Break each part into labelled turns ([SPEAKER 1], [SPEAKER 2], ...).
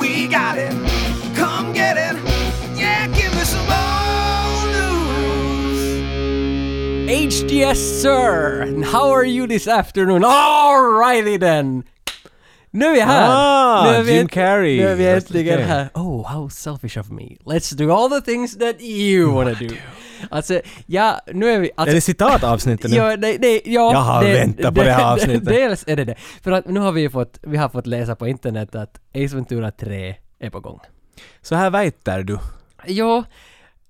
[SPEAKER 1] We got it. Come get it. Yeah, give me some old news.
[SPEAKER 2] HDS sir! And How are you this afternoon? Alrighty then! Nu är vi här!
[SPEAKER 3] Ah,
[SPEAKER 2] nu är vi
[SPEAKER 3] Jim Carrey.
[SPEAKER 2] Nu är vi
[SPEAKER 3] That's
[SPEAKER 2] äntligen
[SPEAKER 3] okay.
[SPEAKER 2] här. Oh, how selfish of me. Let's do all the things that you wanna do. Alltså, ja, nu är vi...
[SPEAKER 3] Mm, Är
[SPEAKER 2] Alltså,
[SPEAKER 3] det citatavsnittet nu?
[SPEAKER 2] Ja, nej, nej, ja,
[SPEAKER 3] Jag har väntat på det här avsnittet.
[SPEAKER 2] Dels är det det. För att nu har vi ju fått, vi har fått läsa på internet att Ace Ventura 3 är på gång.
[SPEAKER 3] Så här väiter du.
[SPEAKER 2] Ja,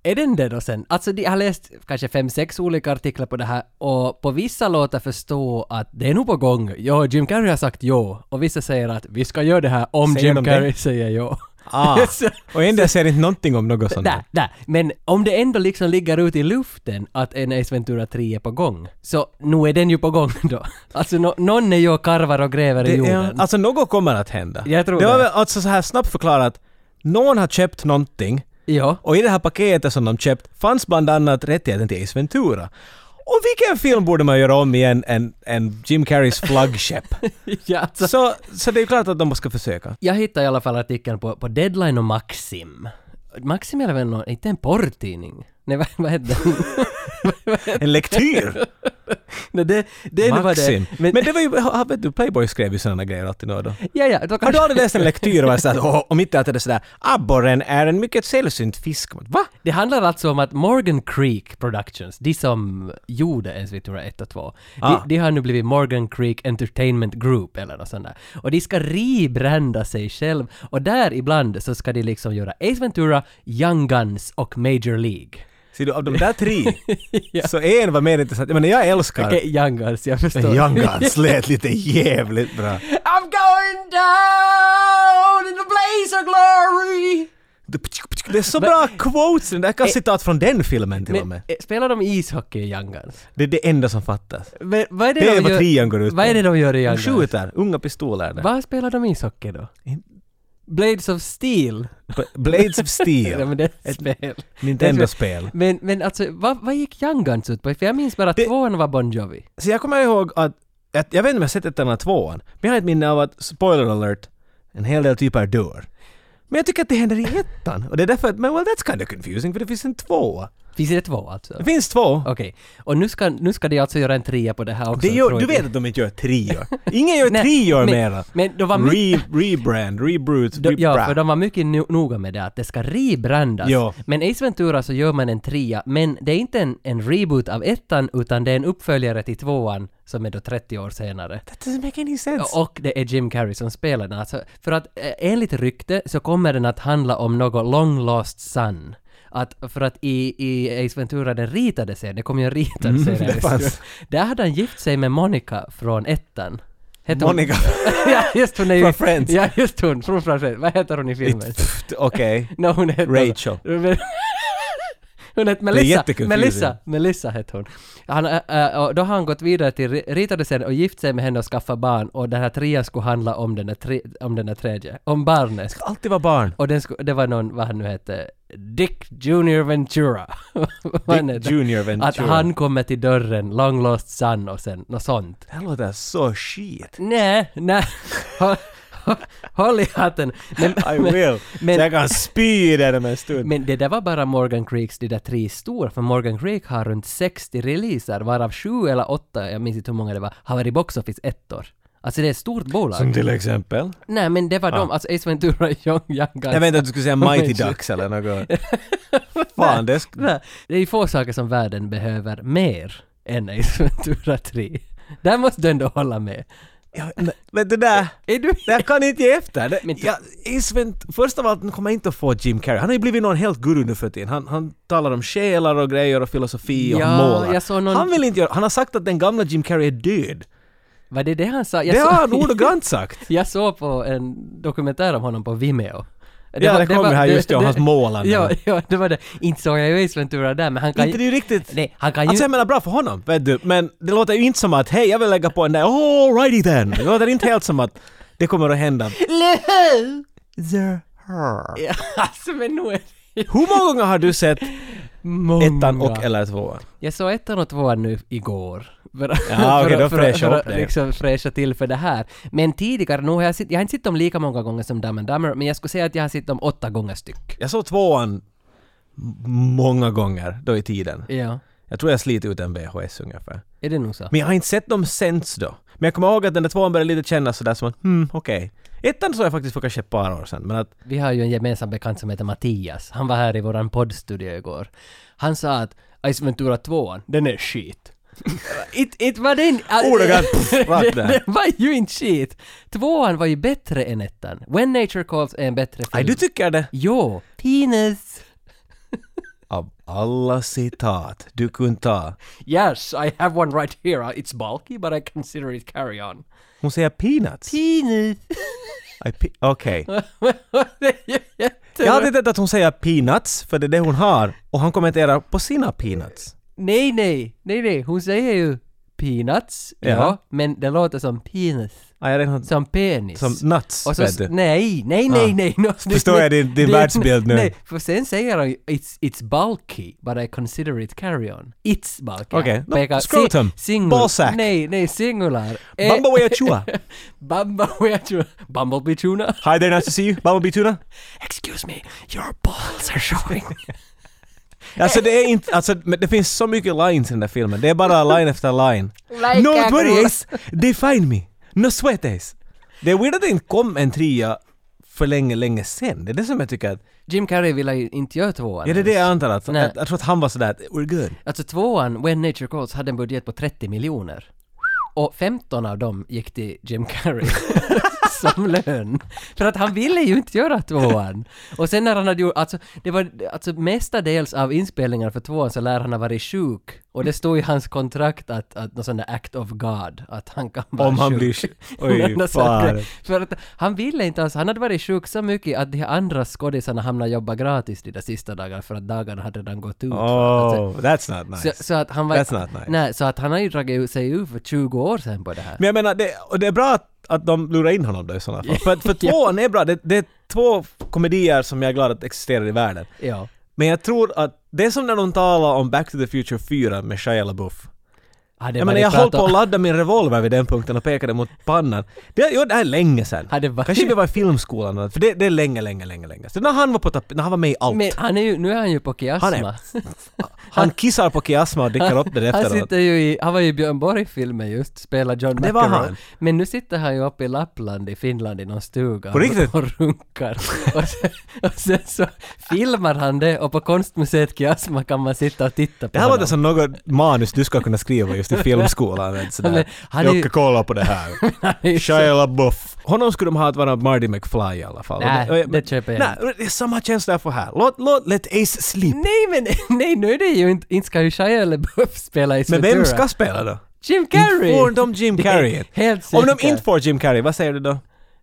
[SPEAKER 2] är den det då sen? Alltså de- jag har läst kanske fem, sex olika artiklar på det här och på vissa låter förstå att det är nog på gång. Ja, Jim Carrey har sagt ja och vissa säger att vi ska göra det här om
[SPEAKER 3] Säger
[SPEAKER 2] Jim
[SPEAKER 3] de det?
[SPEAKER 2] Carrey säger ja.
[SPEAKER 3] Ah.
[SPEAKER 2] Så-
[SPEAKER 3] Och ändå ser inte någonting om något sånt.
[SPEAKER 2] Där, där. Men om det ändå liksom ligger ute i luften att en Ace Ventura 3 är på gång, så nu är den ju på gång då. Alltså nå- någon är ju och karvar och gräver i
[SPEAKER 3] Det
[SPEAKER 2] jorden.
[SPEAKER 3] är, alltså något kommer att hända.
[SPEAKER 2] Jag tror
[SPEAKER 3] det var
[SPEAKER 2] det.
[SPEAKER 3] väl alltså så här snabbt förklarat. Någon har köpt någonting
[SPEAKER 2] ja.
[SPEAKER 3] och i det här paketet som de köpt fanns bland annat rättigheten till Ace Ventura. Och vilken film borde man göra om igen än, än Jim Carreys flaggskepp?
[SPEAKER 2] ja alltså.
[SPEAKER 3] så, så det är ju klart att de ska försöka.
[SPEAKER 2] Jag hittade i alla fall artikeln på, på Deadline och Maxim. Maxim är väl någon, inte en porrtidning? Nej, vad, vad hette den?
[SPEAKER 3] En lektyr!
[SPEAKER 2] Nej, det, det är nog vad det
[SPEAKER 3] Maxim!
[SPEAKER 2] är.
[SPEAKER 3] Men, det var ju, ha- vet du, Playboy skrev ju sådana grejer alltid nu och då.
[SPEAKER 2] ja, ja, då
[SPEAKER 3] Har du
[SPEAKER 2] kanske,
[SPEAKER 3] aldrig läst en lektyr och varit såhär att "Åh, om inte att det är sådär abborren är en mycket sällsynt fisk. Va?
[SPEAKER 2] det handlar alltså om att Morgan Creek Productions, de som gjorde ens Ventura 1 och 2,
[SPEAKER 3] Ah.
[SPEAKER 2] de, de har nu blivit Morgan Creek Entertainment Group eller något sånt där. Och de ska rebranda sig själv och där ibland så ska de liksom göra Ace Ventura, Young Guns och Major League.
[SPEAKER 3] Ser du, av de där tre så en var mer intressant. Jag menar, jag älskar
[SPEAKER 2] Okej, Eh, Young Guns, jag förstår.
[SPEAKER 3] Young Guns lät lite jävligt bra.
[SPEAKER 2] I'm going down in the blaze of glory! Eh,
[SPEAKER 3] Det är så bra quotes, det där kan citat från den filmen till och
[SPEAKER 2] Men, eh,
[SPEAKER 3] med.
[SPEAKER 2] spelar de ishockey i Young Guns?
[SPEAKER 3] Det är det enda som fattas.
[SPEAKER 2] Men, vad är det,
[SPEAKER 3] Det är
[SPEAKER 2] de
[SPEAKER 3] vad
[SPEAKER 2] gör,
[SPEAKER 3] trian går ut
[SPEAKER 2] Vad är det de gör i Young
[SPEAKER 3] De
[SPEAKER 2] Guns?
[SPEAKER 3] skjuter unga pistoler där.
[SPEAKER 2] Vad spelar de ishockey då?
[SPEAKER 3] In-
[SPEAKER 2] Blades of Steel?
[SPEAKER 3] B- Blades of
[SPEAKER 2] Ja,
[SPEAKER 3] Steel,
[SPEAKER 2] men det är ett spel.
[SPEAKER 3] Nintendo-spel.
[SPEAKER 2] Men, men alltså, vad, vad gick Young Guns ut på? För jag minns bara att
[SPEAKER 3] Det-
[SPEAKER 2] tvåan var Bon Jovi.
[SPEAKER 3] Så jag kommer ihåg att, att jag vet inte om jag sett ett eller tvåan, men jag har ett minne av att, spoiler alert, en hel del typer dör. Men jag tycker att det händer i ettan. Och det är därför att, men well that's kind of confusing för det finns en tvåa.
[SPEAKER 2] Finns det två alltså?
[SPEAKER 3] Det finns två.
[SPEAKER 2] Okej. Och nu ska, nu ska de alltså göra en trea på det här också?
[SPEAKER 3] Det gör,
[SPEAKER 2] tror
[SPEAKER 3] du
[SPEAKER 2] jag.
[SPEAKER 3] vet att de inte gör trior. Ingen gör
[SPEAKER 2] Nej,
[SPEAKER 3] trior
[SPEAKER 2] men-
[SPEAKER 3] mera.
[SPEAKER 2] Men då var mitt
[SPEAKER 3] Re, rebrand, rebrut,
[SPEAKER 2] De, ja, för
[SPEAKER 3] rebrand.
[SPEAKER 2] de var mycket no- noga med det att det ska rebrandas.
[SPEAKER 3] Ja.
[SPEAKER 2] Men Ace Ventura så gör man en trea, men det är inte en, en reboot av ettan utan det är en uppföljare till tvåan som är då 30 år senare.
[SPEAKER 3] That doesn't make any sense.
[SPEAKER 2] Och det är Jim Carrey som spelar den. Alltså, för att eh, enligt rykte så kommer den att handla om något long lost son. Att, för att i, i Ace Ventura, den ritade serien, det kom ju en ritad serie.
[SPEAKER 3] Mm. det fanns.
[SPEAKER 2] Där hade han gift sig med Monica från ettan. Hette hon-
[SPEAKER 3] Monica.
[SPEAKER 2] ja, just hon är ju...
[SPEAKER 3] Från Friends.
[SPEAKER 2] Ja, just hon. Från från Friends. Vad heter hon i filmen?
[SPEAKER 3] Pff, Okej.
[SPEAKER 2] no, hon heter...
[SPEAKER 3] Rachel.
[SPEAKER 2] hon hette
[SPEAKER 3] Det är
[SPEAKER 2] Melissa.
[SPEAKER 3] jätteconfusing.
[SPEAKER 2] Melissa. Melissa hette hon. Han, äh, äh, och då har han gått vidare till ri- ritade sen och gift sig med henne och skaffat barn och den här trean skulle handla om den där, tre, om den där tredje. Om barnet.
[SPEAKER 3] Alltid var barn.
[SPEAKER 2] Och den skulle, det var någon, vad han nu hette, Dick Junior Ventura. Vad han
[SPEAKER 3] Dick
[SPEAKER 2] heter.
[SPEAKER 3] Junior Ventura.
[SPEAKER 2] Att han kommer till dörren, long lost son och sen något sånt.
[SPEAKER 3] Det här låter så shit.
[SPEAKER 2] Nej, nej. Håll- Håll i hatten. Men,
[SPEAKER 3] I will.
[SPEAKER 2] men-
[SPEAKER 3] så jag kan spy i den om en stund.
[SPEAKER 2] men det där var bara Morgan Creeks de där tre stora, för Morgan Creek har runt 60 releaser, varav sju eller åtta, jag minns inte hur många det var, har varit box office ettor. Alltså det är ett stort bolag.
[SPEAKER 3] Som till exempel?
[SPEAKER 2] Nej men det var de, alltså Ace Ventura, Young Young Guns.
[SPEAKER 3] Jag väntade att du skulle säga Mighty Ducks eller något. Fan, det sk-
[SPEAKER 2] Nej, Det är ju få saker som världen behöver mer än Ace Ventura 3. Där måste du ändå hålla med.
[SPEAKER 3] Ja, men- Men det där...
[SPEAKER 2] Är du...
[SPEAKER 3] Det här kan jag inte ge efter. Det,
[SPEAKER 2] Men-
[SPEAKER 3] jag, Ace Vent- först av allt nu kommer jag inte att få Jim Carrey. Han har ju blivit någon helt guru nu för tiden. Han, han talar om själar och grejer och filosofi och
[SPEAKER 2] Ja,
[SPEAKER 3] han målar.
[SPEAKER 2] jag såg någon-
[SPEAKER 3] Han vill inte göra... Han har sagt att den gamla Jim Carrey är död.
[SPEAKER 2] Var det det han sa? Jag
[SPEAKER 3] det
[SPEAKER 2] sa-
[SPEAKER 3] har han ordagrant sagt.
[SPEAKER 2] Jag såg på en dokumentär om honom på Vimeo.
[SPEAKER 3] Ja, det kom ju här just det, om hans målande.
[SPEAKER 2] Ja, ja, det var det. Inte såg jag ju Ace Ventura där, men han kan
[SPEAKER 3] Inte det
[SPEAKER 2] ju...
[SPEAKER 3] är ju riktigt...
[SPEAKER 2] Nej, han kan ju...
[SPEAKER 3] Alltså jag menar bra för honom, vet du. Men det låter ju inte som att hej, jag vill lägga på en där alrighty then. Det låter inte helt som att det kommer att hända.
[SPEAKER 2] Ja, alltså, men nu är det...
[SPEAKER 3] Hur många gånger har du sett
[SPEAKER 2] Många.
[SPEAKER 3] ettan och eller tvåan?
[SPEAKER 2] Jag såg ettan och tvåan nu igår. För, att-
[SPEAKER 3] Ja, okej,
[SPEAKER 2] för,
[SPEAKER 3] då
[SPEAKER 2] att- för,
[SPEAKER 3] fräscha
[SPEAKER 2] att-
[SPEAKER 3] upp
[SPEAKER 2] för att
[SPEAKER 3] det.
[SPEAKER 2] liksom fräscha till för det här. Men tidigare, nog har jag, sett, jag har inte sett dem lika många gånger som Dumb and Dumber, men jag skulle säga att jag har sett dem åtta gånger styck.
[SPEAKER 3] Jag såg tvåan m- många gånger då i tiden.
[SPEAKER 2] Ja,
[SPEAKER 3] Jag tror jag slit ut en VHS ungefär.
[SPEAKER 2] är det nog så?
[SPEAKER 3] Men jag har inte sett dem sens då. Men jag kommer ihåg att den där tvåan började lite kännas sådär som att hmm, okej. Ettan såg jag faktiskt för kanske ett par år sedan, men att
[SPEAKER 2] Vi har ju en gemensam bekant som heter Mattias. Han var här i våran poddstudio igår. Han sa att Ice Ventura 2, den är skit. it, it var den...
[SPEAKER 3] Ordagrant, pff, rakt
[SPEAKER 2] den,
[SPEAKER 3] där.
[SPEAKER 2] den var ju inte skit! Tvåan var ju bättre än ettan. When Nature Calls är en bättre film.
[SPEAKER 3] nej, du tycker det?
[SPEAKER 2] Jo! Penis!
[SPEAKER 3] Av alla citat du kunde ta.
[SPEAKER 2] Yes, I have one right here. Uh, It's bulky, but I consider it carry-on.
[SPEAKER 3] Hon säger peanuts.
[SPEAKER 2] Penis!
[SPEAKER 3] I pe- Okej.
[SPEAKER 2] det är ju jätte...
[SPEAKER 3] Jag hade inte tänkt att hon säger peanuts, för det är det hon har. Och han kommenterar på sina peanuts.
[SPEAKER 2] Nej, nej, nej, nej. Hon säger ju peanuts, ja.
[SPEAKER 3] Ja.
[SPEAKER 2] men det låter som penis.
[SPEAKER 3] Ah, jag redan
[SPEAKER 2] Som penis.
[SPEAKER 3] som nuts,
[SPEAKER 2] och så,
[SPEAKER 3] vet
[SPEAKER 2] s-
[SPEAKER 3] du.
[SPEAKER 2] nej, nej, nej,
[SPEAKER 3] Ah.
[SPEAKER 2] nej. No, det-
[SPEAKER 3] Förstår jag din- din
[SPEAKER 2] det-
[SPEAKER 3] världsbild nu?
[SPEAKER 2] Nej, för sen säger han ju, it's, it's bulky, but I consider it carry-on. It's bulky.
[SPEAKER 3] Okej, no,
[SPEAKER 2] Pekar-
[SPEAKER 3] scrotum.
[SPEAKER 2] singular.
[SPEAKER 3] Ballsack.
[SPEAKER 2] Nej, nej, singular. Eh,
[SPEAKER 3] Bumblebee Achua.
[SPEAKER 2] Bamba wea chua. Bumblebee tuna.
[SPEAKER 3] Hi there, nice to see you. Bumblebee Tuna.
[SPEAKER 2] Excuse me, your balls are showing.
[SPEAKER 3] Alltså det är inte, alltså men det finns så mycket lines i den där filmen. Det är bara line efter line.
[SPEAKER 2] Like
[SPEAKER 3] no
[SPEAKER 2] a
[SPEAKER 3] worries, they find me. No sweaties. Det är weird att det inte kom en trea för länge, länge sen. Det är det som jag tycker att,
[SPEAKER 2] Jim Carrey ville ju inte göra tvåan.
[SPEAKER 3] ja det är det jag antar att,
[SPEAKER 2] Nej.
[SPEAKER 3] jag, jag tror att han var sådär att we're good.
[SPEAKER 2] Alltså tvåan, When Nature Calls, hade en budget på 30 miljoner. Och 15 av dem gick till Jim Carrey. som lön. För att han ville ju inte göra tvåan. Och sen när han hade gjort, alltså, det var, alltså mestadels av inspelningarna för tvåan så lär han ha varit sjuk. Och det stod i hans kontrakt att, att någon sån där act of God, att han kan vara
[SPEAKER 3] Om han
[SPEAKER 2] sjuk.
[SPEAKER 3] blir sjuk. Oj,
[SPEAKER 2] Någon sån
[SPEAKER 3] fan.
[SPEAKER 2] grej. För att han ville inte alls, han hade varit sjuk så mycket att de här andra skådisarna hamnade jobba gratis de där sista dagarna för att dagarna hade redan gått ut. Alltså,
[SPEAKER 3] Oh, that's not nice.
[SPEAKER 2] så, så att han var,
[SPEAKER 3] That's not nice.
[SPEAKER 2] Nej, så att han har ju dragit ut sig ur för 20 år sedan på det här.
[SPEAKER 3] Men jag menar, det, och det är bra att, att de lurar in honom då i sådana fall. För, för tvåan är bra, det, det är två komedier som jag är glad att existerar i världen.
[SPEAKER 2] ja.
[SPEAKER 3] Men jag tror att det är som när de talar om Back to the Future 4 med Shia LaBeouf.
[SPEAKER 2] Hade
[SPEAKER 3] Jag
[SPEAKER 2] varit
[SPEAKER 3] menar, jag
[SPEAKER 2] prat
[SPEAKER 3] höll på
[SPEAKER 2] om-
[SPEAKER 3] att ladda min revolver vid den punkten och pekade mot pannan. Det, jo, det här är länge sedan.
[SPEAKER 2] Hade varit-
[SPEAKER 3] Kanske vi var i filmskolan eller något, för det, det är länge, länge, länge, länge. Så när han var, på tap- när han var med i allt.
[SPEAKER 2] Men han är ju, nu är han ju på kiasma.
[SPEAKER 3] Han är- han kissar på kiasma och dricker upp det
[SPEAKER 2] Han
[SPEAKER 3] efteråt.
[SPEAKER 2] sitter ju i, han var ju i Björn Borg-filmen just, spelar John
[SPEAKER 3] Det var
[SPEAKER 2] McEnroe.
[SPEAKER 3] han.
[SPEAKER 2] Men nu sitter han ju uppe i Lappland i Finland i någon stuga
[SPEAKER 3] På riktigt?
[SPEAKER 2] och, och runkar. Och sen, och sen så filmar han det och på konstmuseet Kiasma kan man sitta och titta på
[SPEAKER 3] Det här
[SPEAKER 2] honom.
[SPEAKER 3] låter som något manus du ska kunna skriva just i filmskolan. vet,
[SPEAKER 2] Men
[SPEAKER 3] Sådär.
[SPEAKER 2] han är ju-
[SPEAKER 3] kolla på det här. Shia LaBeouf. Honom skulle de ha att vara Marty McFly i alla fall.
[SPEAKER 2] Nej,
[SPEAKER 3] Och- och-
[SPEAKER 2] det köper jag
[SPEAKER 3] Nej, det är samma känsla jag får här. Låt, låt, let Ace sleep.
[SPEAKER 2] Nej men, nej nu är det ju inte, inte ska ju Shia LaBeouf spela i
[SPEAKER 3] Men vem
[SPEAKER 2] Ventura.
[SPEAKER 3] ska spela då?
[SPEAKER 2] Jim Carrey!
[SPEAKER 3] Inte får de Jim
[SPEAKER 2] Det är
[SPEAKER 3] Carrey?
[SPEAKER 2] Helt
[SPEAKER 3] Om
[SPEAKER 2] säkert.
[SPEAKER 3] de inte får Jim Carrey, vad säger du då?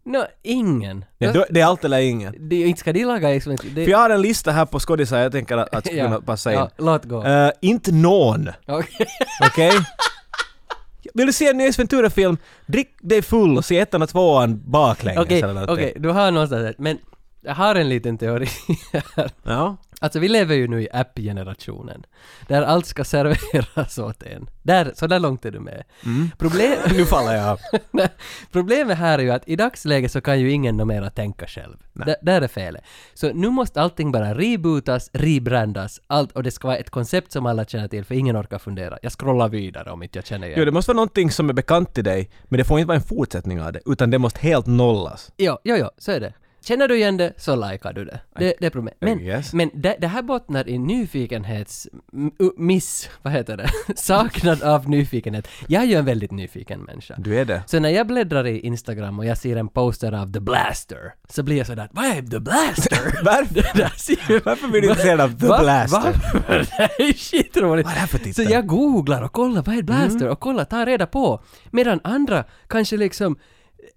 [SPEAKER 2] Nå, ingen.
[SPEAKER 3] Nej, då- det är allt eller inget.
[SPEAKER 2] Det, inte ska de laga liksom... Det,
[SPEAKER 3] För jag har en lista här på skådisar jag tänker att, att skulle kunna passa in.
[SPEAKER 2] Ja, låt gå.
[SPEAKER 3] Eh, inte någon,
[SPEAKER 2] Okej.
[SPEAKER 3] okej? Vill du se en ny Ace Ventura-film? Drick dig full och se ettan och tvåan baklänges
[SPEAKER 2] Okej,
[SPEAKER 3] eller någonting.
[SPEAKER 2] okej, du har någonstans rätt. Men jag har en liten teori här.
[SPEAKER 3] Ja.
[SPEAKER 2] Alltså vi lever ju nu i app-generationen. Där allt ska serveras åt en. Där, så där långt är du med.
[SPEAKER 3] Mm.
[SPEAKER 2] Problem,
[SPEAKER 3] Nu faller jag av.
[SPEAKER 2] Nej, Problemet här är ju att i dagsläget så kan ju ingen nå mera tänka själv. Där, där är felet. Så nu måste allting bara rebootas, rebrandas, allt och det ska vara ett koncept som alla känner till för ingen orkar fundera. Jag scrollar vidare om inte jag känner
[SPEAKER 3] Jo,
[SPEAKER 2] igen.
[SPEAKER 3] det måste vara någonting som är bekant till dig, men det får inte vara en fortsättning av det, utan det måste helt nollas.
[SPEAKER 2] Jo, jo, jo, så är det. Känner du igen det så likar du det. Det, det är problemet. Men,
[SPEAKER 3] Yes.
[SPEAKER 2] men det, det här bottnar i nyfikenhets... m- u- Miss... Vad heter det? Saknad av nyfikenhet. Jag är ju en väldigt nyfiken människa.
[SPEAKER 3] Du är det.
[SPEAKER 2] Så när jag bläddrar i Instagram och jag ser en poster av The Blaster, så blir jag sådär Vad är The Blaster?
[SPEAKER 3] Varför,
[SPEAKER 2] Där ser jag-
[SPEAKER 3] varför blir du intresserad av The
[SPEAKER 2] Va?
[SPEAKER 3] Blaster?
[SPEAKER 2] Va? Det är skitroligt.
[SPEAKER 3] Vad är det här för
[SPEAKER 2] Så
[SPEAKER 3] titel? Mm.
[SPEAKER 2] jag googlar och kollar vad är Blaster och kollar, tar reda på. Medan andra kanske liksom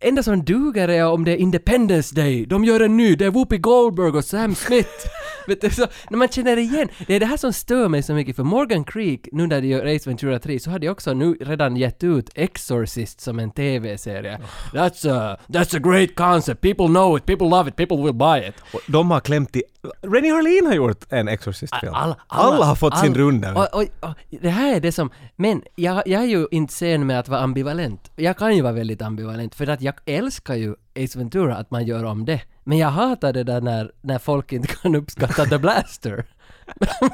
[SPEAKER 2] enda som duger är om det är Independence Day, de gör en ny, det är Whoopi Goldberg och Sam Smith. Vet du, så, när man känner igen, det är det här som stör mig så mycket, för Morgan Creek, nu när de gör Ace Ventura 3, så hade jag också nu redan gett ut Exorcist som en TV-serie.
[SPEAKER 3] Oh.
[SPEAKER 2] That's a, that's a great concept, people know it, people love it, people will buy it.
[SPEAKER 3] Och de har klämt i... Rennie Harlin har gjort en Exorcist-film.
[SPEAKER 2] Alla-
[SPEAKER 3] Alla har fått sin
[SPEAKER 2] alla-
[SPEAKER 3] runda.
[SPEAKER 2] Och, och, och, det här är det som... Men jag, jag är ju inte sen med att vara ambivalent. Jag kan ju vara väldigt ambivalent för att jag älskar ju Ace Ventura, att man gör om det. Men jag hatar det där när, när folk inte kan uppskatta The Blaster.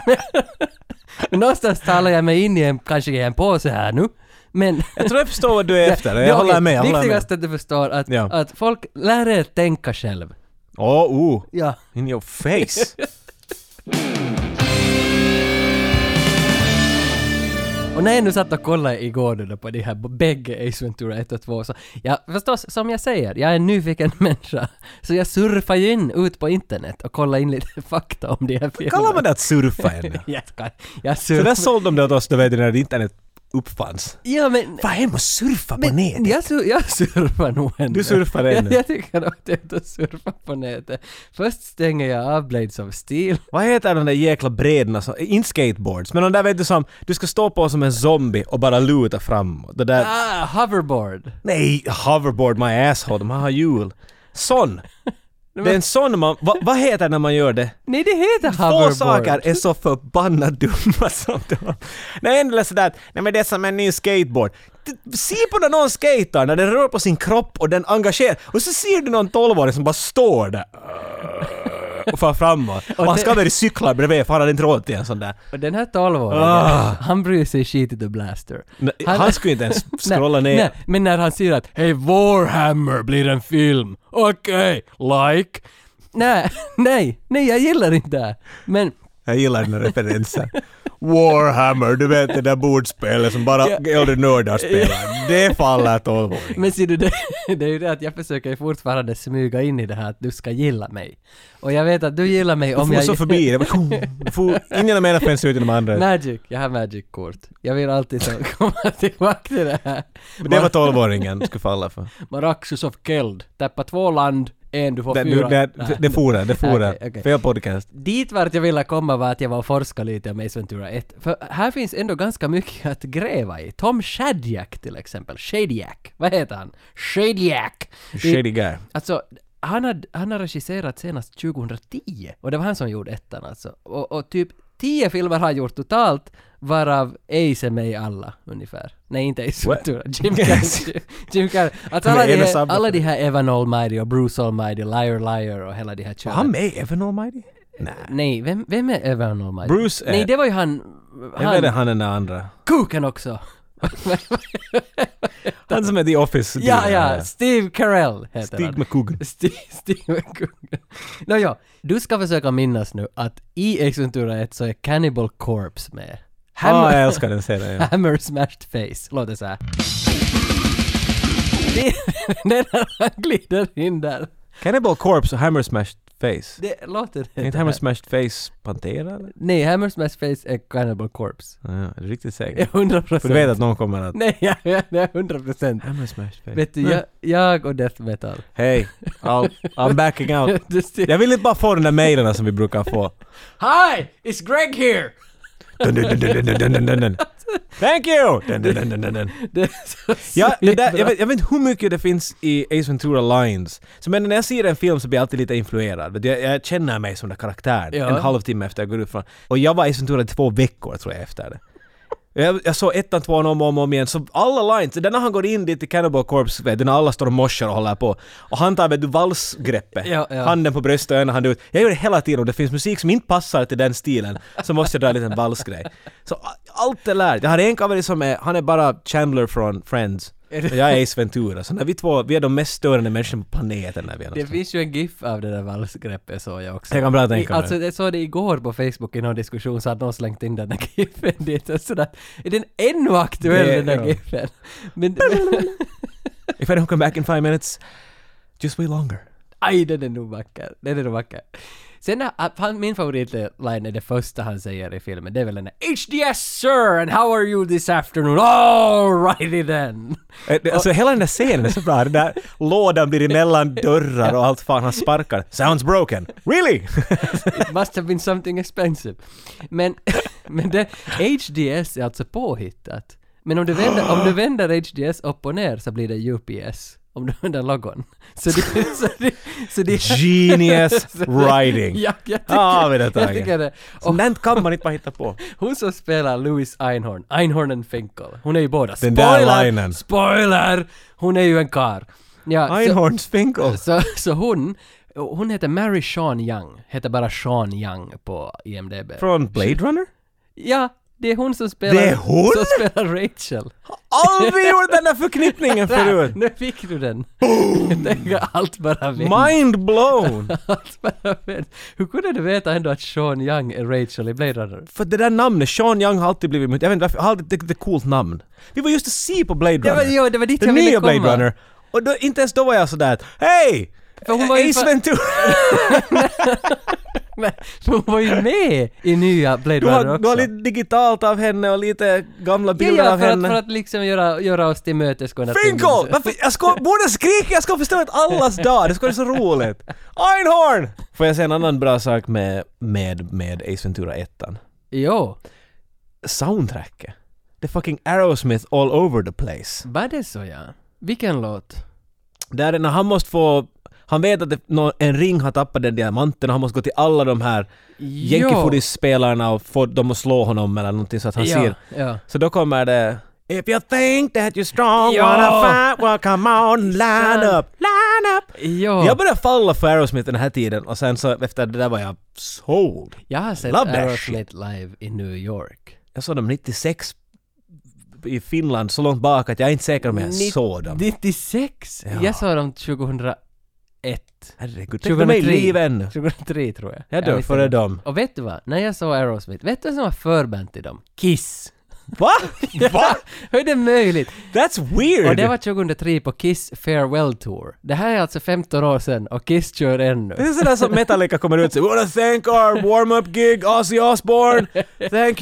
[SPEAKER 2] Men Någonstans talar jag mig in i en, kanske i en påse här nu. Men...
[SPEAKER 3] Jag tror jag förstår vad du är efter. Jag
[SPEAKER 2] Ja,
[SPEAKER 3] håller med. Jag håller med.
[SPEAKER 2] Viktigast att du förstår att,
[SPEAKER 3] Ja.
[SPEAKER 2] att folk lär er tänka själv.
[SPEAKER 3] Åh, oh,
[SPEAKER 2] Ja.
[SPEAKER 3] In your face.
[SPEAKER 2] Och när jag nu satt och kollade igår då på de här b- bägge Ace Ventura 1 och 2 så, ja förstås, som jag säger, jag är en nyfiken människa. Så jag surfar ju in ut på internet och kollar in lite fakta om de här filmerna.
[SPEAKER 3] Kallar man det att surfa ännu?
[SPEAKER 2] Jag, ska- jag
[SPEAKER 3] Så där
[SPEAKER 2] surfar...
[SPEAKER 3] sålde de det åt oss, du vet, när internet uppfanns.
[SPEAKER 2] Ja men...
[SPEAKER 3] Fan, hem och surfa på
[SPEAKER 2] Men
[SPEAKER 3] nätet.
[SPEAKER 2] jag, sur, jag surfar nog ändå.
[SPEAKER 3] Du surfar
[SPEAKER 2] jag,
[SPEAKER 3] ännu.
[SPEAKER 2] jag tycker nog att jag är ute och surfar på nätet. Först stänger jag av Blades of Steel.
[SPEAKER 3] Vad heter de där jäkla brädorna som... Inte skateboards, men de där vet du som... Du ska stå på som en zombie och bara luta framåt. Det där...
[SPEAKER 2] Ah, hoverboard!
[SPEAKER 3] Nej, hoverboard my asshole, de har hjul. Sån! Det är en sån man... Va, vad heter det när man gör det?
[SPEAKER 2] Nej det heter hoverboard!
[SPEAKER 3] Få saker är så förbannat dumma som de har. Nej, ändå är det sådär att, nej men det är som en ny skateboard. D- Se på när någon skater, när den rör på sin kropp och den engagerar. Och så ser du någon tolvåring som bara står där. Och far framåt. Och han ska väl cykla bredvid för han hade inte råd till en sån där.
[SPEAKER 2] Och den här tolvåringen,
[SPEAKER 3] Ah.
[SPEAKER 2] han bryr sig skit i The Blaster.
[SPEAKER 3] Nej, han skulle inte ens scrolla
[SPEAKER 2] nej,
[SPEAKER 3] ner.
[SPEAKER 2] Nej, men när han säger att ”Hej, Warhammer blir en film, okej, like”. Nej, nej, nej, jag gillar inte det här. Men
[SPEAKER 3] Jag gillar den här referensen. Warhammer, du vet det där bordspelet som bara äldre nördar spelar. Det faller tolvåringen.
[SPEAKER 2] Men ser du, det, det är ju det att jag försöker ju fortfarande smyga in i det här att du ska gilla mig. Och jag vet att du gillar mig
[SPEAKER 3] Du
[SPEAKER 2] om
[SPEAKER 3] får
[SPEAKER 2] jag...
[SPEAKER 3] så förbi det. Du får in genom ena fönstret ut genom andra.
[SPEAKER 2] Magic, jag har Magic-kort. Jag vill alltid så komma tillbaka till det här.
[SPEAKER 3] Men Det var tolvåringen skulle falla för.
[SPEAKER 2] Maraxus of Keld. Tappa två land, en du får
[SPEAKER 3] Det,
[SPEAKER 2] fyra.
[SPEAKER 3] nu, det, det for det, det for det.
[SPEAKER 2] Okej, okej.
[SPEAKER 3] Fel podcast.
[SPEAKER 2] Dit vart jag ville komma var att jag var och forskade lite om Ace Ventura 1. För här finns ändå ganska mycket att gräva i. Tom Shadyac till exempel. Shadyac. Vad heter han? Shadyac! I-
[SPEAKER 3] Shady guy.
[SPEAKER 2] Alltså, han, hade, han har regisserat senast 2010 och det var han som gjorde ettan alltså. Och, och typ 10 filmer har han gjort totalt varav Ace är med i alla ungefär. Nej, inte Ace
[SPEAKER 3] What?
[SPEAKER 2] Ventura. Jim Carrey. Jim Carrey. Alltså alla
[SPEAKER 3] Han
[SPEAKER 2] de,
[SPEAKER 3] är en och
[SPEAKER 2] här,
[SPEAKER 3] samma.
[SPEAKER 2] alla de här Evan Almighty och Bruce Almighty, Liar Liar och hela de här
[SPEAKER 3] Var
[SPEAKER 2] kören.
[SPEAKER 3] han med i Evan Almighty? Nej.
[SPEAKER 2] Nej, vem, vem är Evan Almighty?
[SPEAKER 3] Bruce är-
[SPEAKER 2] Nej, det var ju han...
[SPEAKER 3] Vem är
[SPEAKER 2] Han...
[SPEAKER 3] det han den där andra?
[SPEAKER 2] Kuken också!
[SPEAKER 3] Han som är The Office.
[SPEAKER 2] ja, ja, Steve Carell heter han.
[SPEAKER 3] Stig McCoog.
[SPEAKER 2] Sti- Stephen Kung. Nåja, du ska försöka minnas nu att i Ace Ventura 1 så är Cannibal Corpse med.
[SPEAKER 3] Ah,
[SPEAKER 2] Hammer,
[SPEAKER 3] jag älskar den serien. ja.
[SPEAKER 2] Hammer smashed face. Låt det så här. Det, det är när han glider in där.
[SPEAKER 3] Cannibal Corpse och Hammer Smashed Face.
[SPEAKER 2] Det låter
[SPEAKER 3] Är inte Hammer Smashed Face Pantera eller?
[SPEAKER 2] Nej, Hammer smashed face är Cannibal Corpse.
[SPEAKER 3] Ja, är du riktigt
[SPEAKER 2] Jag är
[SPEAKER 3] säker?
[SPEAKER 2] 100
[SPEAKER 3] För du vet att någon kommer att...
[SPEAKER 2] Nej, jag jag är 100 procent.
[SPEAKER 3] Hammer Smashed Face.
[SPEAKER 2] Vet du, jag, jag och death metal.
[SPEAKER 3] Hej, I'll- I'm backing out.
[SPEAKER 2] Du ser-
[SPEAKER 3] Jag vill inte bara få de där mejlen som vi brukar få.
[SPEAKER 2] Hi! It's Greg here!
[SPEAKER 3] Dun, dun, dun, dun, dun, dun, dun, dun, dun. Thank you! Dun, dun, dun, dun, dun, dun.
[SPEAKER 2] Det är så
[SPEAKER 3] Ja, det där,
[SPEAKER 2] bra.
[SPEAKER 3] jag, vet, jag vet inte hur mycket det finns i Ace Ventura Lines. Så men när jag ser en film så blir jag alltid lite influerad. Vet du, Jag, jag känner mig som den karaktären
[SPEAKER 2] Ja.
[SPEAKER 3] en halvtimme efter jag går ut från... Och jag var Ace Ventura i två veckor tror jag efter det. Jag, jag såg ettan, tvåan om och om, och om igen, så alla lines, den när han går in dit i Cannibal Corpse, vet du, när alla står och morsar och håller på. Och han tar vet du valsgreppet,
[SPEAKER 2] Ja, ja.
[SPEAKER 3] handen på bröstet och ena handen ut. Jag gör det hela tiden, om det finns musik som inte passar till den stilen så måste jag dra en liten valsgrej. Så a- allt är lärt. Jag har en kompis som är, han är bara Chandler från Friends.
[SPEAKER 2] Är det-
[SPEAKER 3] Och jag är Ace Ventura, så när vi två, vi är de mest störande människorna på planeten när vi är
[SPEAKER 2] Det
[SPEAKER 3] någonstans.
[SPEAKER 2] finns ju en GIF av det där valsgreppet såg jag också.
[SPEAKER 3] Jag kan bra
[SPEAKER 2] I,
[SPEAKER 3] tänka mig.
[SPEAKER 2] alltså jag såg det igår på Facebook i någon diskussion så hade någon slängt in den där GIFen dit och sådär. Är den ännu aktuell
[SPEAKER 3] Det-
[SPEAKER 2] den där
[SPEAKER 3] ja.
[SPEAKER 2] GIFen? Men,
[SPEAKER 3] If I don't come back in five minutes, just wait longer.
[SPEAKER 2] aj den är nog vacker. Den är nog vacker. Sen när, att han- min favoritline är det första han säger i filmen, det är väl den där HDS sir and how are you this afternoon? Alrighty then!
[SPEAKER 3] Eh, det- Alltså hela den där scenen är så bra. Den där lådan blir emellan dörrar och allt fan han sparkar. Sounds broken. Really?
[SPEAKER 2] It must have been something expensive. Men, men det, HDS är alltså påhittat. Men om du, vänder, om du vänder HDS upp och ner så blir det UPS. Om du vänder logon. Så det... Så det, så det
[SPEAKER 3] Genius writing.
[SPEAKER 2] Ja, jag tycker,
[SPEAKER 3] Ah, vid det
[SPEAKER 2] jag
[SPEAKER 3] taget.
[SPEAKER 2] tycker det. Och
[SPEAKER 3] Sånt kan man inte bara hitta på.
[SPEAKER 2] hon som spelar Louis Einhorn, Einhorn Finkel, hon är ju båda.
[SPEAKER 3] Den där
[SPEAKER 2] Spoiler!
[SPEAKER 3] linen.
[SPEAKER 2] Spoiler! Hon är ju en kar. Ja, så-
[SPEAKER 3] Einhorns Finkel.
[SPEAKER 2] så, så hon, hon heter Mary Sean Young, heter bara Sean Young på IMDB.
[SPEAKER 3] Från Blade Runner?
[SPEAKER 2] Ja, det är hon som spelar...
[SPEAKER 3] Det är hon?
[SPEAKER 2] Som spelar Rachel.
[SPEAKER 3] Aldrig gjort den där förknippningen
[SPEAKER 2] Där,
[SPEAKER 3] förut!
[SPEAKER 2] nu fick du den!
[SPEAKER 3] Oh!
[SPEAKER 2] Jag tänker allt bara vet.
[SPEAKER 3] Mind blown!
[SPEAKER 2] Allt bara vet. Hur kunde du veta ändå att Sean Young är Rachel i Blade Runner?
[SPEAKER 3] För det där namnet, Sean Young har alltid blivit mitt, jag vet inte varför, jag har alltid tyckt det är ett coolt namn. Vi var just att se på Blade
[SPEAKER 2] Det
[SPEAKER 3] Runner.
[SPEAKER 2] var, jo, det var dit jag
[SPEAKER 3] den
[SPEAKER 2] ville
[SPEAKER 3] nya
[SPEAKER 2] komma.
[SPEAKER 3] Blade Runner. Och då, inte ens då var jag sådär att hej!
[SPEAKER 2] För hon var ju
[SPEAKER 3] Ace
[SPEAKER 2] fa-
[SPEAKER 3] Ventura!
[SPEAKER 2] Men hon var ju med i nya Blade
[SPEAKER 3] Du
[SPEAKER 2] Runner
[SPEAKER 3] har,
[SPEAKER 2] också.
[SPEAKER 3] du har lite digitalt av henne och lite gamla
[SPEAKER 2] ja,
[SPEAKER 3] bilder
[SPEAKER 2] ja,
[SPEAKER 3] av
[SPEAKER 2] för att,
[SPEAKER 3] henne.
[SPEAKER 2] för att liksom göra, göra oss till mötes.
[SPEAKER 3] Finkel! Varför? Jag ska, borde skrika, jag ska förstöra ett allas dag, det ska vara så roligt! Einhorn! Får jag säga en annan bra sak med, med, med Ace Ventura 1?
[SPEAKER 2] Jo,
[SPEAKER 3] Soundtracket. Det är fucking Aerosmith all over the place.
[SPEAKER 2] var det så ja? Vilken låt?
[SPEAKER 3] Där är när han måste få... Han vet att det, nå- en ring har tappat den diamanten och han måste gå till alla de här jänkefodis-spelarna och få dem att slå honom eller någonting så att han
[SPEAKER 2] ja,
[SPEAKER 3] ser.
[SPEAKER 2] Ja.
[SPEAKER 3] Så då kommer det... If you think that you're strong,
[SPEAKER 2] Ja.
[SPEAKER 3] wanna fight, well come on, line up, line up!
[SPEAKER 2] Ja.
[SPEAKER 3] Jag började falla för Aerosmith den här tiden och sen så efter det där var jag sold.
[SPEAKER 2] Jag har sett
[SPEAKER 3] Love that
[SPEAKER 2] Aerosmith live i New York.
[SPEAKER 3] Jag såg dem 96 i Finland så långt bak att jag är inte säker om jag
[SPEAKER 2] Nitt-
[SPEAKER 3] såg dem.
[SPEAKER 2] 96?
[SPEAKER 3] Ja.
[SPEAKER 2] Jag såg dem 2001.
[SPEAKER 3] Herregud, tänk mig
[SPEAKER 2] 2003.
[SPEAKER 3] i liv ännu.
[SPEAKER 2] 2003 tror jag.
[SPEAKER 3] Jag dör
[SPEAKER 2] visste
[SPEAKER 3] före
[SPEAKER 2] det.
[SPEAKER 3] dem.
[SPEAKER 2] Och vet du vad? När jag såg Aerosmith, vet du vad som var förband till dem? Kiss!
[SPEAKER 3] Va? Va?
[SPEAKER 2] Hur är det möjligt?
[SPEAKER 3] That's weird!
[SPEAKER 2] Och det var 2003 på Kiss Farewell Tour. Det här är alltså 15 år sedan och Kiss kör ännu.
[SPEAKER 3] Det är sådär som Metallica kommer ut och säger “Wanna thank our warm-up gig, Ozzy Osbourne, thank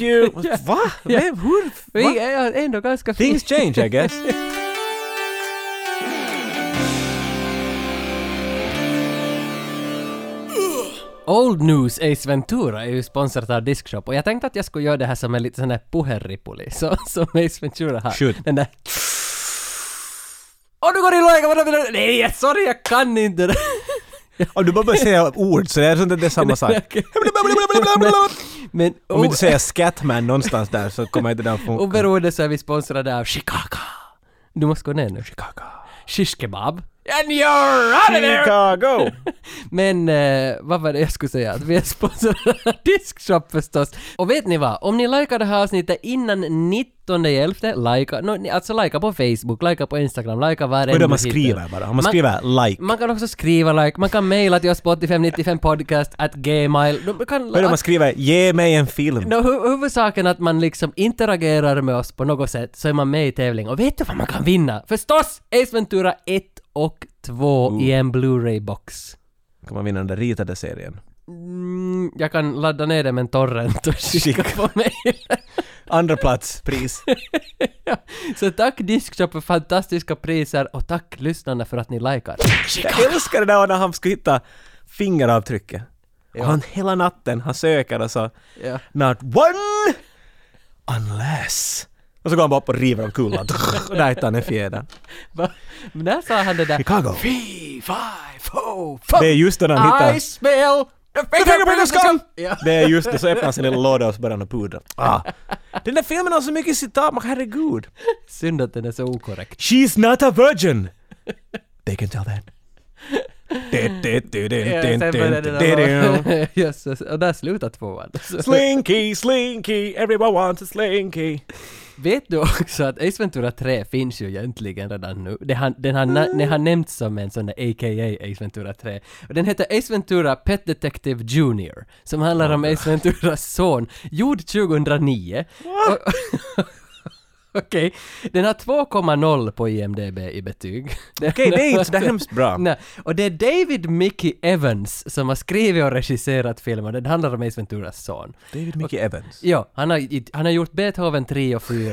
[SPEAKER 3] you”. Va? Vem? Hur?
[SPEAKER 2] Vi
[SPEAKER 3] Va?
[SPEAKER 2] är ändå ganska
[SPEAKER 3] Things change I guess.
[SPEAKER 2] Old News Ace Ventura är ju sponsrat av Discshop och jag tänkte att jag skulle göra det här som en liten sån där puherripuli så, som Ace Ventura har.
[SPEAKER 3] Shoot.
[SPEAKER 2] Den där... Åh, nu går det i låga! vadå, vadå? Nej, jag- sorry, jag kan inte det.
[SPEAKER 3] Om du bara börjar säga ord så det är sånt att det är samma sak.
[SPEAKER 2] Men
[SPEAKER 3] Om inte
[SPEAKER 2] o-
[SPEAKER 3] säger Scatman någonstans där så kommer inte den funka.
[SPEAKER 2] oberoende så är vi sponsrade av Chicago. Du måste gå ner nu.
[SPEAKER 3] Chicago.
[SPEAKER 2] Shish kebab. And you're out of there!
[SPEAKER 3] Chicago!
[SPEAKER 2] Men eh, vad var det jag skulle säga? Att vi är sponsrade av Diskshop förstås. Och vet ni vad? Om ni likar det här avsnittet innan 19.11, likea, no, ni- alltså likea på Facebook, likea på Instagram, likea var
[SPEAKER 3] Och då man skriver bara. Om man skriver like.
[SPEAKER 2] Man kan också skriva like, man kan mejla till oss på 8595podcast at gmail. No, man kan,
[SPEAKER 3] Och då man skriver ge mig en film.
[SPEAKER 2] no, hu- huvudsaken att man liksom interagerar med oss på något sätt, så är man med i tävling. Och vet du vad man kan vinna? Förstås! Ace Ventura 1 och 2
[SPEAKER 3] Oh.
[SPEAKER 2] i en Blu-ray-box.
[SPEAKER 3] Kan man vinna den där ritade serien.
[SPEAKER 2] Mm, jag kan ladda ner det med en torrent och skicka på mig.
[SPEAKER 3] Andra plats, pris.
[SPEAKER 2] Så tack Diskshop för fantastiska priser och tack lyssnarna för att ni likar.
[SPEAKER 3] Jag älskar det där när han ska hitta fingeravtrycket. Och han hela natten, han söker och så
[SPEAKER 2] Ja.
[SPEAKER 3] Not one unless... Och så går han bara upp och river om kulan. Och där hittar han en fjäder.
[SPEAKER 2] Va? Men när sa han det där?
[SPEAKER 3] Chicago.
[SPEAKER 2] Fy, five, ho, fuck.
[SPEAKER 3] Det är just det han
[SPEAKER 2] I
[SPEAKER 3] hittar.
[SPEAKER 2] smell the fingerprint of scum! Ja.
[SPEAKER 3] Det är just det, så öppnar han sin lilla låda och så börjar han att pudra. Ah. Den där filmen har så mycket citat, men herregud.
[SPEAKER 2] Synd att den är så okorrekt.
[SPEAKER 3] She's not a virgin! They can tell that. Du, du, du, du,
[SPEAKER 2] Ja,
[SPEAKER 3] du,
[SPEAKER 2] sen började
[SPEAKER 3] du,
[SPEAKER 2] den
[SPEAKER 3] du,
[SPEAKER 2] där
[SPEAKER 3] du.
[SPEAKER 2] låten. Jösses, och där slutar tvåan. Så
[SPEAKER 3] Slinky, slinky, everyone wants a slinky.
[SPEAKER 2] Vet du också att Ace Ventura 3 finns ju egentligen redan nu. Det har, den har, na- den har nämnts som en sån där AKA Ace Ventura 3. Och den heter Ace Ventura Pet Detective Junior, som handlar om Ace Venturas son, gjord 2009. Och, Okej. Den har 2,0 på IMDB i betyg.
[SPEAKER 3] Okej, det är inte så där hemskt bra.
[SPEAKER 2] Nej. Och det är David Mickey Evans som har skrivit och regisserat filmen. Den handlar om Ace Venturas son.
[SPEAKER 3] David Mickey Evans.
[SPEAKER 2] Ja, han har, i- han har gjort Beethoven 3 och 4.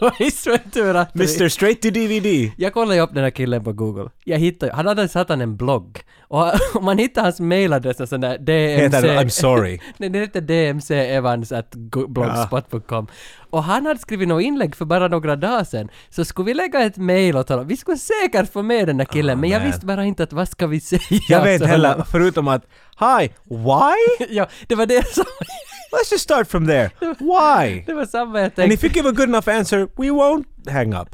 [SPEAKER 2] och Ace Ventura 3.
[SPEAKER 3] Mr Straight to DVD.
[SPEAKER 2] Jag kollade ju upp den här killen på Google. Jag hittade han hade satt han en blogg. Och han- om man hittar hans mailadress och sån där DMC...
[SPEAKER 3] Heter det I'm sorry.
[SPEAKER 2] Nej, det heter dmcevans.blogspot.com. Och han hade skrivit något inlägg för bara några dagar sedan. Så skulle vi lägga ett mail åt honom. Vi skulle säkert få med den där killen,
[SPEAKER 3] Ah,
[SPEAKER 2] men jag
[SPEAKER 3] man.
[SPEAKER 2] visste bara inte att vad ska vi säga?
[SPEAKER 3] Jag vet
[SPEAKER 2] Så-
[SPEAKER 3] heller, förutom att Hi, why?
[SPEAKER 2] ja, det var det som...
[SPEAKER 3] Let's just start from there. Why?
[SPEAKER 2] det var samma jag
[SPEAKER 3] And
[SPEAKER 2] tänkte.
[SPEAKER 3] if you give a good enough answer, we won't hang up.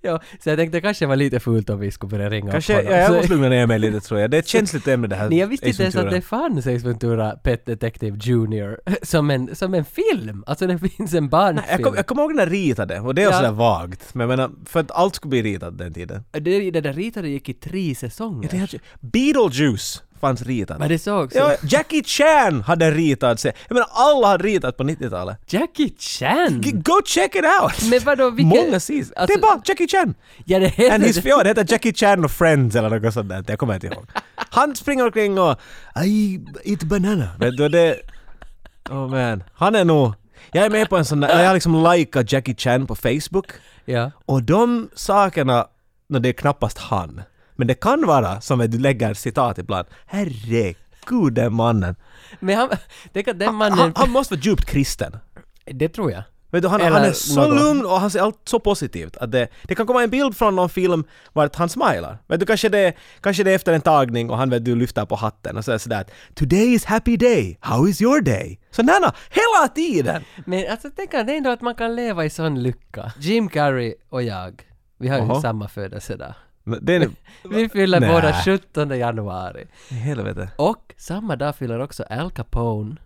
[SPEAKER 2] Ja, så jag tänkte det kanske var lite fult om vi skulle börja ringa
[SPEAKER 3] Kanske,
[SPEAKER 2] upp honom.
[SPEAKER 3] ja, jag
[SPEAKER 2] Så-
[SPEAKER 3] måste lugna ner mig lite tror jag. Det är ett känsligt ämne det här.
[SPEAKER 2] Nej, jag visste
[SPEAKER 3] Ace
[SPEAKER 2] inte ens att
[SPEAKER 3] Ventura.
[SPEAKER 2] det fanns Ace Ventura Pet Detective Junior som en, som en film! Alltså det finns en barnfilm.
[SPEAKER 3] jag kom- jag kommer ihåg när jag ritade och det är
[SPEAKER 2] Ja.
[SPEAKER 3] sådär vagt. Men jag menar, för att allt skulle bli ritat den tiden.
[SPEAKER 2] det, det där ritade gick i tre säsonger.
[SPEAKER 3] Det hade- Beetlejuice fanns ritat.
[SPEAKER 2] Men det såg så.
[SPEAKER 3] Ja, Jackie Chan hade ritat sig. Jag menar alla hade ritat på 90-talet.
[SPEAKER 2] Jackie Chan!
[SPEAKER 3] G- Go check it out!
[SPEAKER 2] Mm. Men vadå, vilken-
[SPEAKER 3] Många seasons.
[SPEAKER 2] alltså-
[SPEAKER 3] det är bara Jackie Chan!
[SPEAKER 2] ja, det heter
[SPEAKER 3] And his,
[SPEAKER 2] det.
[SPEAKER 3] ja, det heter Jackie Chan och Friends eller något sånt där. Jag kommer inte ihåg. Han springer omkring och I eat banana. Vet du, det... Oh man. Han är nog... Jag är med på en sån där... Jag har liksom likat Jackie Chan på Facebook.
[SPEAKER 2] Ja.
[SPEAKER 3] Och de sakerna... No, det är knappast han. Men det kan vara som att du lägger citat ibland. Herregud den mannen.
[SPEAKER 2] Men han... Tänk att den
[SPEAKER 3] Han,
[SPEAKER 2] mannen...
[SPEAKER 3] han måste vara djupt kristen.
[SPEAKER 2] Det tror jag.
[SPEAKER 3] Vet du, han,
[SPEAKER 2] Eller
[SPEAKER 3] han är så
[SPEAKER 2] något.
[SPEAKER 3] lugn och han ser allt så positivt. Att det, det kan komma en bild från någon film vart han smilar. Vet du, kanske det, kanske det är efter en tagning och han vet du lyfter på hatten och sådär sådär att “Today is happy day, how is your day?” Så nana, hela tiden!
[SPEAKER 2] Men alltså tänk att det är ändå att man kan leva i sån lycka. Jim Carrey och jag, vi har ju
[SPEAKER 3] Jaha.
[SPEAKER 2] samma födelsedag.
[SPEAKER 3] Men Det är...
[SPEAKER 2] Vi fyller
[SPEAKER 3] Nä.
[SPEAKER 2] båda 17 januari.
[SPEAKER 3] Helvete.
[SPEAKER 2] Och samma dag fyller också Al Capone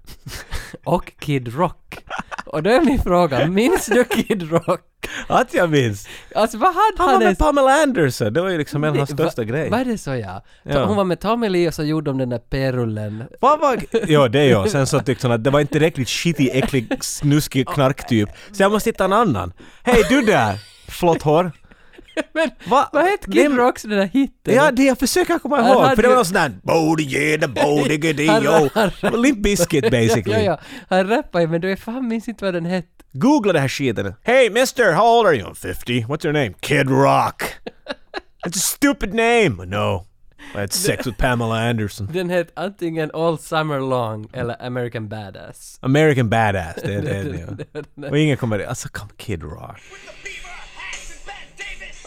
[SPEAKER 2] och Kid Rock. Och då är min fråga, minns du Kid Rock?
[SPEAKER 3] Att jag minns!
[SPEAKER 2] Alltså vad hade
[SPEAKER 3] Han
[SPEAKER 2] han
[SPEAKER 3] var med
[SPEAKER 2] ens-
[SPEAKER 3] Pamela Anderson, det var ju liksom en av hans
[SPEAKER 2] Va-
[SPEAKER 3] största grejer.
[SPEAKER 2] Var det så ja?
[SPEAKER 3] Ja.
[SPEAKER 2] Hon var med Tommy Lee och så gjorde de den där perullen.
[SPEAKER 3] Vad var... Jo, det är jag. Sen så tyckte hon att det var inte riktigt shitty, äcklig, snuskig knarktyp. Så jag måste hitta en annan. Hej du där! Flott hår.
[SPEAKER 2] Men
[SPEAKER 3] Va-
[SPEAKER 2] vad hette Kid
[SPEAKER 3] Vem-
[SPEAKER 2] Rocks den där hitten?
[SPEAKER 3] Ja, det jag försöker komma
[SPEAKER 2] Han
[SPEAKER 3] ihåg.
[SPEAKER 2] hade
[SPEAKER 3] För det
[SPEAKER 2] ju-
[SPEAKER 3] var någon sån där Bodie, yeah, the Bodie, yo. Limp Bizkit
[SPEAKER 2] ja,
[SPEAKER 3] basically.
[SPEAKER 2] ja. Han rappar ju men du jag fan minns inte vad den hette.
[SPEAKER 3] Googla det här skiten. Hey mister, how old are you? I'm 50. What's your name? Kid Rock. That's a stupid name. No. I had sex with Pamela Anderson.
[SPEAKER 2] Den hette antingen All Summer Long eller American Badass.
[SPEAKER 3] American Badass. Det är det. ja. Och ingen kommer... Alltså, kom Kid Rock.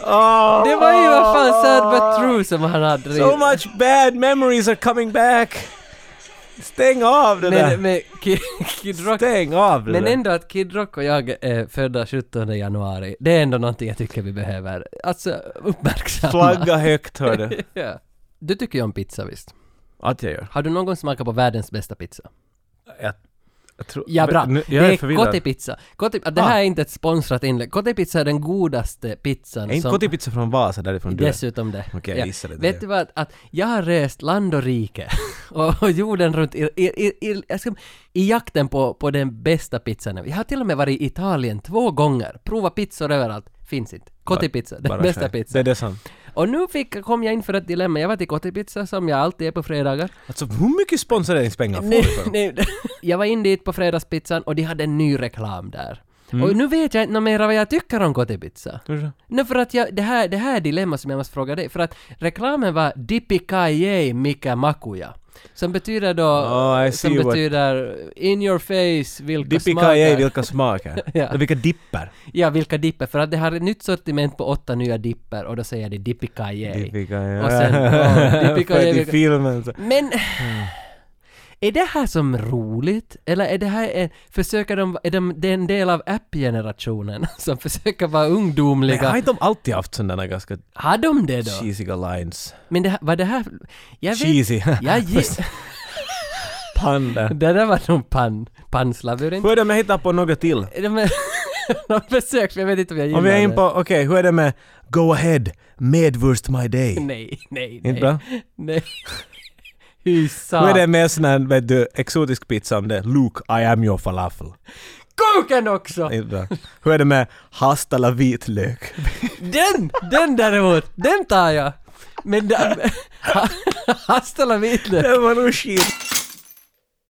[SPEAKER 3] Oh,
[SPEAKER 2] Det var ju vad fan Sad But True som han hade
[SPEAKER 3] So much bad memories are coming back. Stäng av det där.
[SPEAKER 2] Men, men Kid, Kid Rock
[SPEAKER 3] Stäng av det
[SPEAKER 2] Men
[SPEAKER 3] där.
[SPEAKER 2] ändå att Kid Rock och jag är födda 17 januari, det är ändå någonting jag tycker vi behöver, alltså uppmärksamma.
[SPEAKER 3] Flagga högt hörde.
[SPEAKER 2] ja. Du tycker ju om pizza visst?
[SPEAKER 3] Att jag gör.
[SPEAKER 2] Har du någon gång smakat på världens bästa pizza?
[SPEAKER 3] Jag, jag tror...
[SPEAKER 2] Ja, bra.
[SPEAKER 3] Nu,
[SPEAKER 2] det
[SPEAKER 3] jag är
[SPEAKER 2] är
[SPEAKER 3] förvirrad.
[SPEAKER 2] Kotipizza. Kotti, det här
[SPEAKER 3] Ah.
[SPEAKER 2] är inte ett sponsrat inlägg. Kotipizza är den godaste pizzan
[SPEAKER 3] Är inte
[SPEAKER 2] som...
[SPEAKER 3] Kotipizza från Vasa därifrån du är?
[SPEAKER 2] Dessutom det.
[SPEAKER 3] Okej, jag gissade det.
[SPEAKER 2] Vet du vad, att jag har rest land och rike och, och jorden runt i, i, i, i, jag ska, i jakten på, på den bästa pizzan. Jag har till och med varit i Italien två gånger, provat pizzor överallt, finns inte. Kotipizza, den
[SPEAKER 3] Bara
[SPEAKER 2] bästa
[SPEAKER 3] skär.
[SPEAKER 2] pizzan.
[SPEAKER 3] Det är det som...
[SPEAKER 2] Och nu fick, kom jag in för ett dilemma, jag var till Kotipizza som jag alltid är på fredagar.
[SPEAKER 3] Alltså hur mycket sponsoreringspengar får du
[SPEAKER 2] Nej,
[SPEAKER 3] för?
[SPEAKER 2] nej. Jag var in dit på fredagspizzan och de hade en ny reklam där.
[SPEAKER 3] Mm.
[SPEAKER 2] Och nu vet jag inte mer vad jag tycker om Kotipizza.
[SPEAKER 3] Hur-
[SPEAKER 2] Nej, för att jag, det, här, det här är dilemma som jag måste fråga dig. För att reklamen var Dipikaye Mika Makuya. Som betyder då...
[SPEAKER 3] Oh, I see
[SPEAKER 2] som
[SPEAKER 3] what-
[SPEAKER 2] betyder in your face, vilka
[SPEAKER 3] Dippikaje,
[SPEAKER 2] smaker.
[SPEAKER 3] vilka smaker?
[SPEAKER 2] Ja.
[SPEAKER 3] Och Vilka dipper?
[SPEAKER 2] Ja, vilka dipper. För att det har ett nytt sortiment på åtta nya dipper och då säger de Dipikaye.
[SPEAKER 3] Dippikaje.
[SPEAKER 2] Och sen- oh, ja, dippikaje,
[SPEAKER 3] För att i
[SPEAKER 2] vilka-
[SPEAKER 3] filmen så...
[SPEAKER 2] Men... Är det här som roligt? Eller är det här en, försöker de, är de, det är en del av app-generationen som försöker vara
[SPEAKER 3] Men har
[SPEAKER 2] ungdomliga?
[SPEAKER 3] inte de alltid haft sådana där ganska
[SPEAKER 2] Har de det då?
[SPEAKER 3] cheesiga lines?
[SPEAKER 2] Men det, här- vad det här... Jag vet
[SPEAKER 3] Cheesy.
[SPEAKER 2] Jag giss...
[SPEAKER 3] Panda.
[SPEAKER 2] Det där var nog pan... Panslavurint.
[SPEAKER 3] Hur är det med att hitta på något till?
[SPEAKER 2] De är... De försöker, jag vet inte om jag gillar
[SPEAKER 3] Om vi är in
[SPEAKER 2] det.
[SPEAKER 3] på, okej, hur är det med Go ahead, medvurst my day?
[SPEAKER 2] Nej, nej, nej.
[SPEAKER 3] Inte bra?
[SPEAKER 2] Nej. Hysa.
[SPEAKER 3] Hur är det med sån här, vet du, exotisk pizza om det? Luke, I am your falafel.
[SPEAKER 2] kuken också!
[SPEAKER 3] Inte bra. Hur är det med hast eller vitlök?
[SPEAKER 2] Den! Den däremot, den tar jag! Men... den- Hasta la vitlök!
[SPEAKER 3] det var nog skit.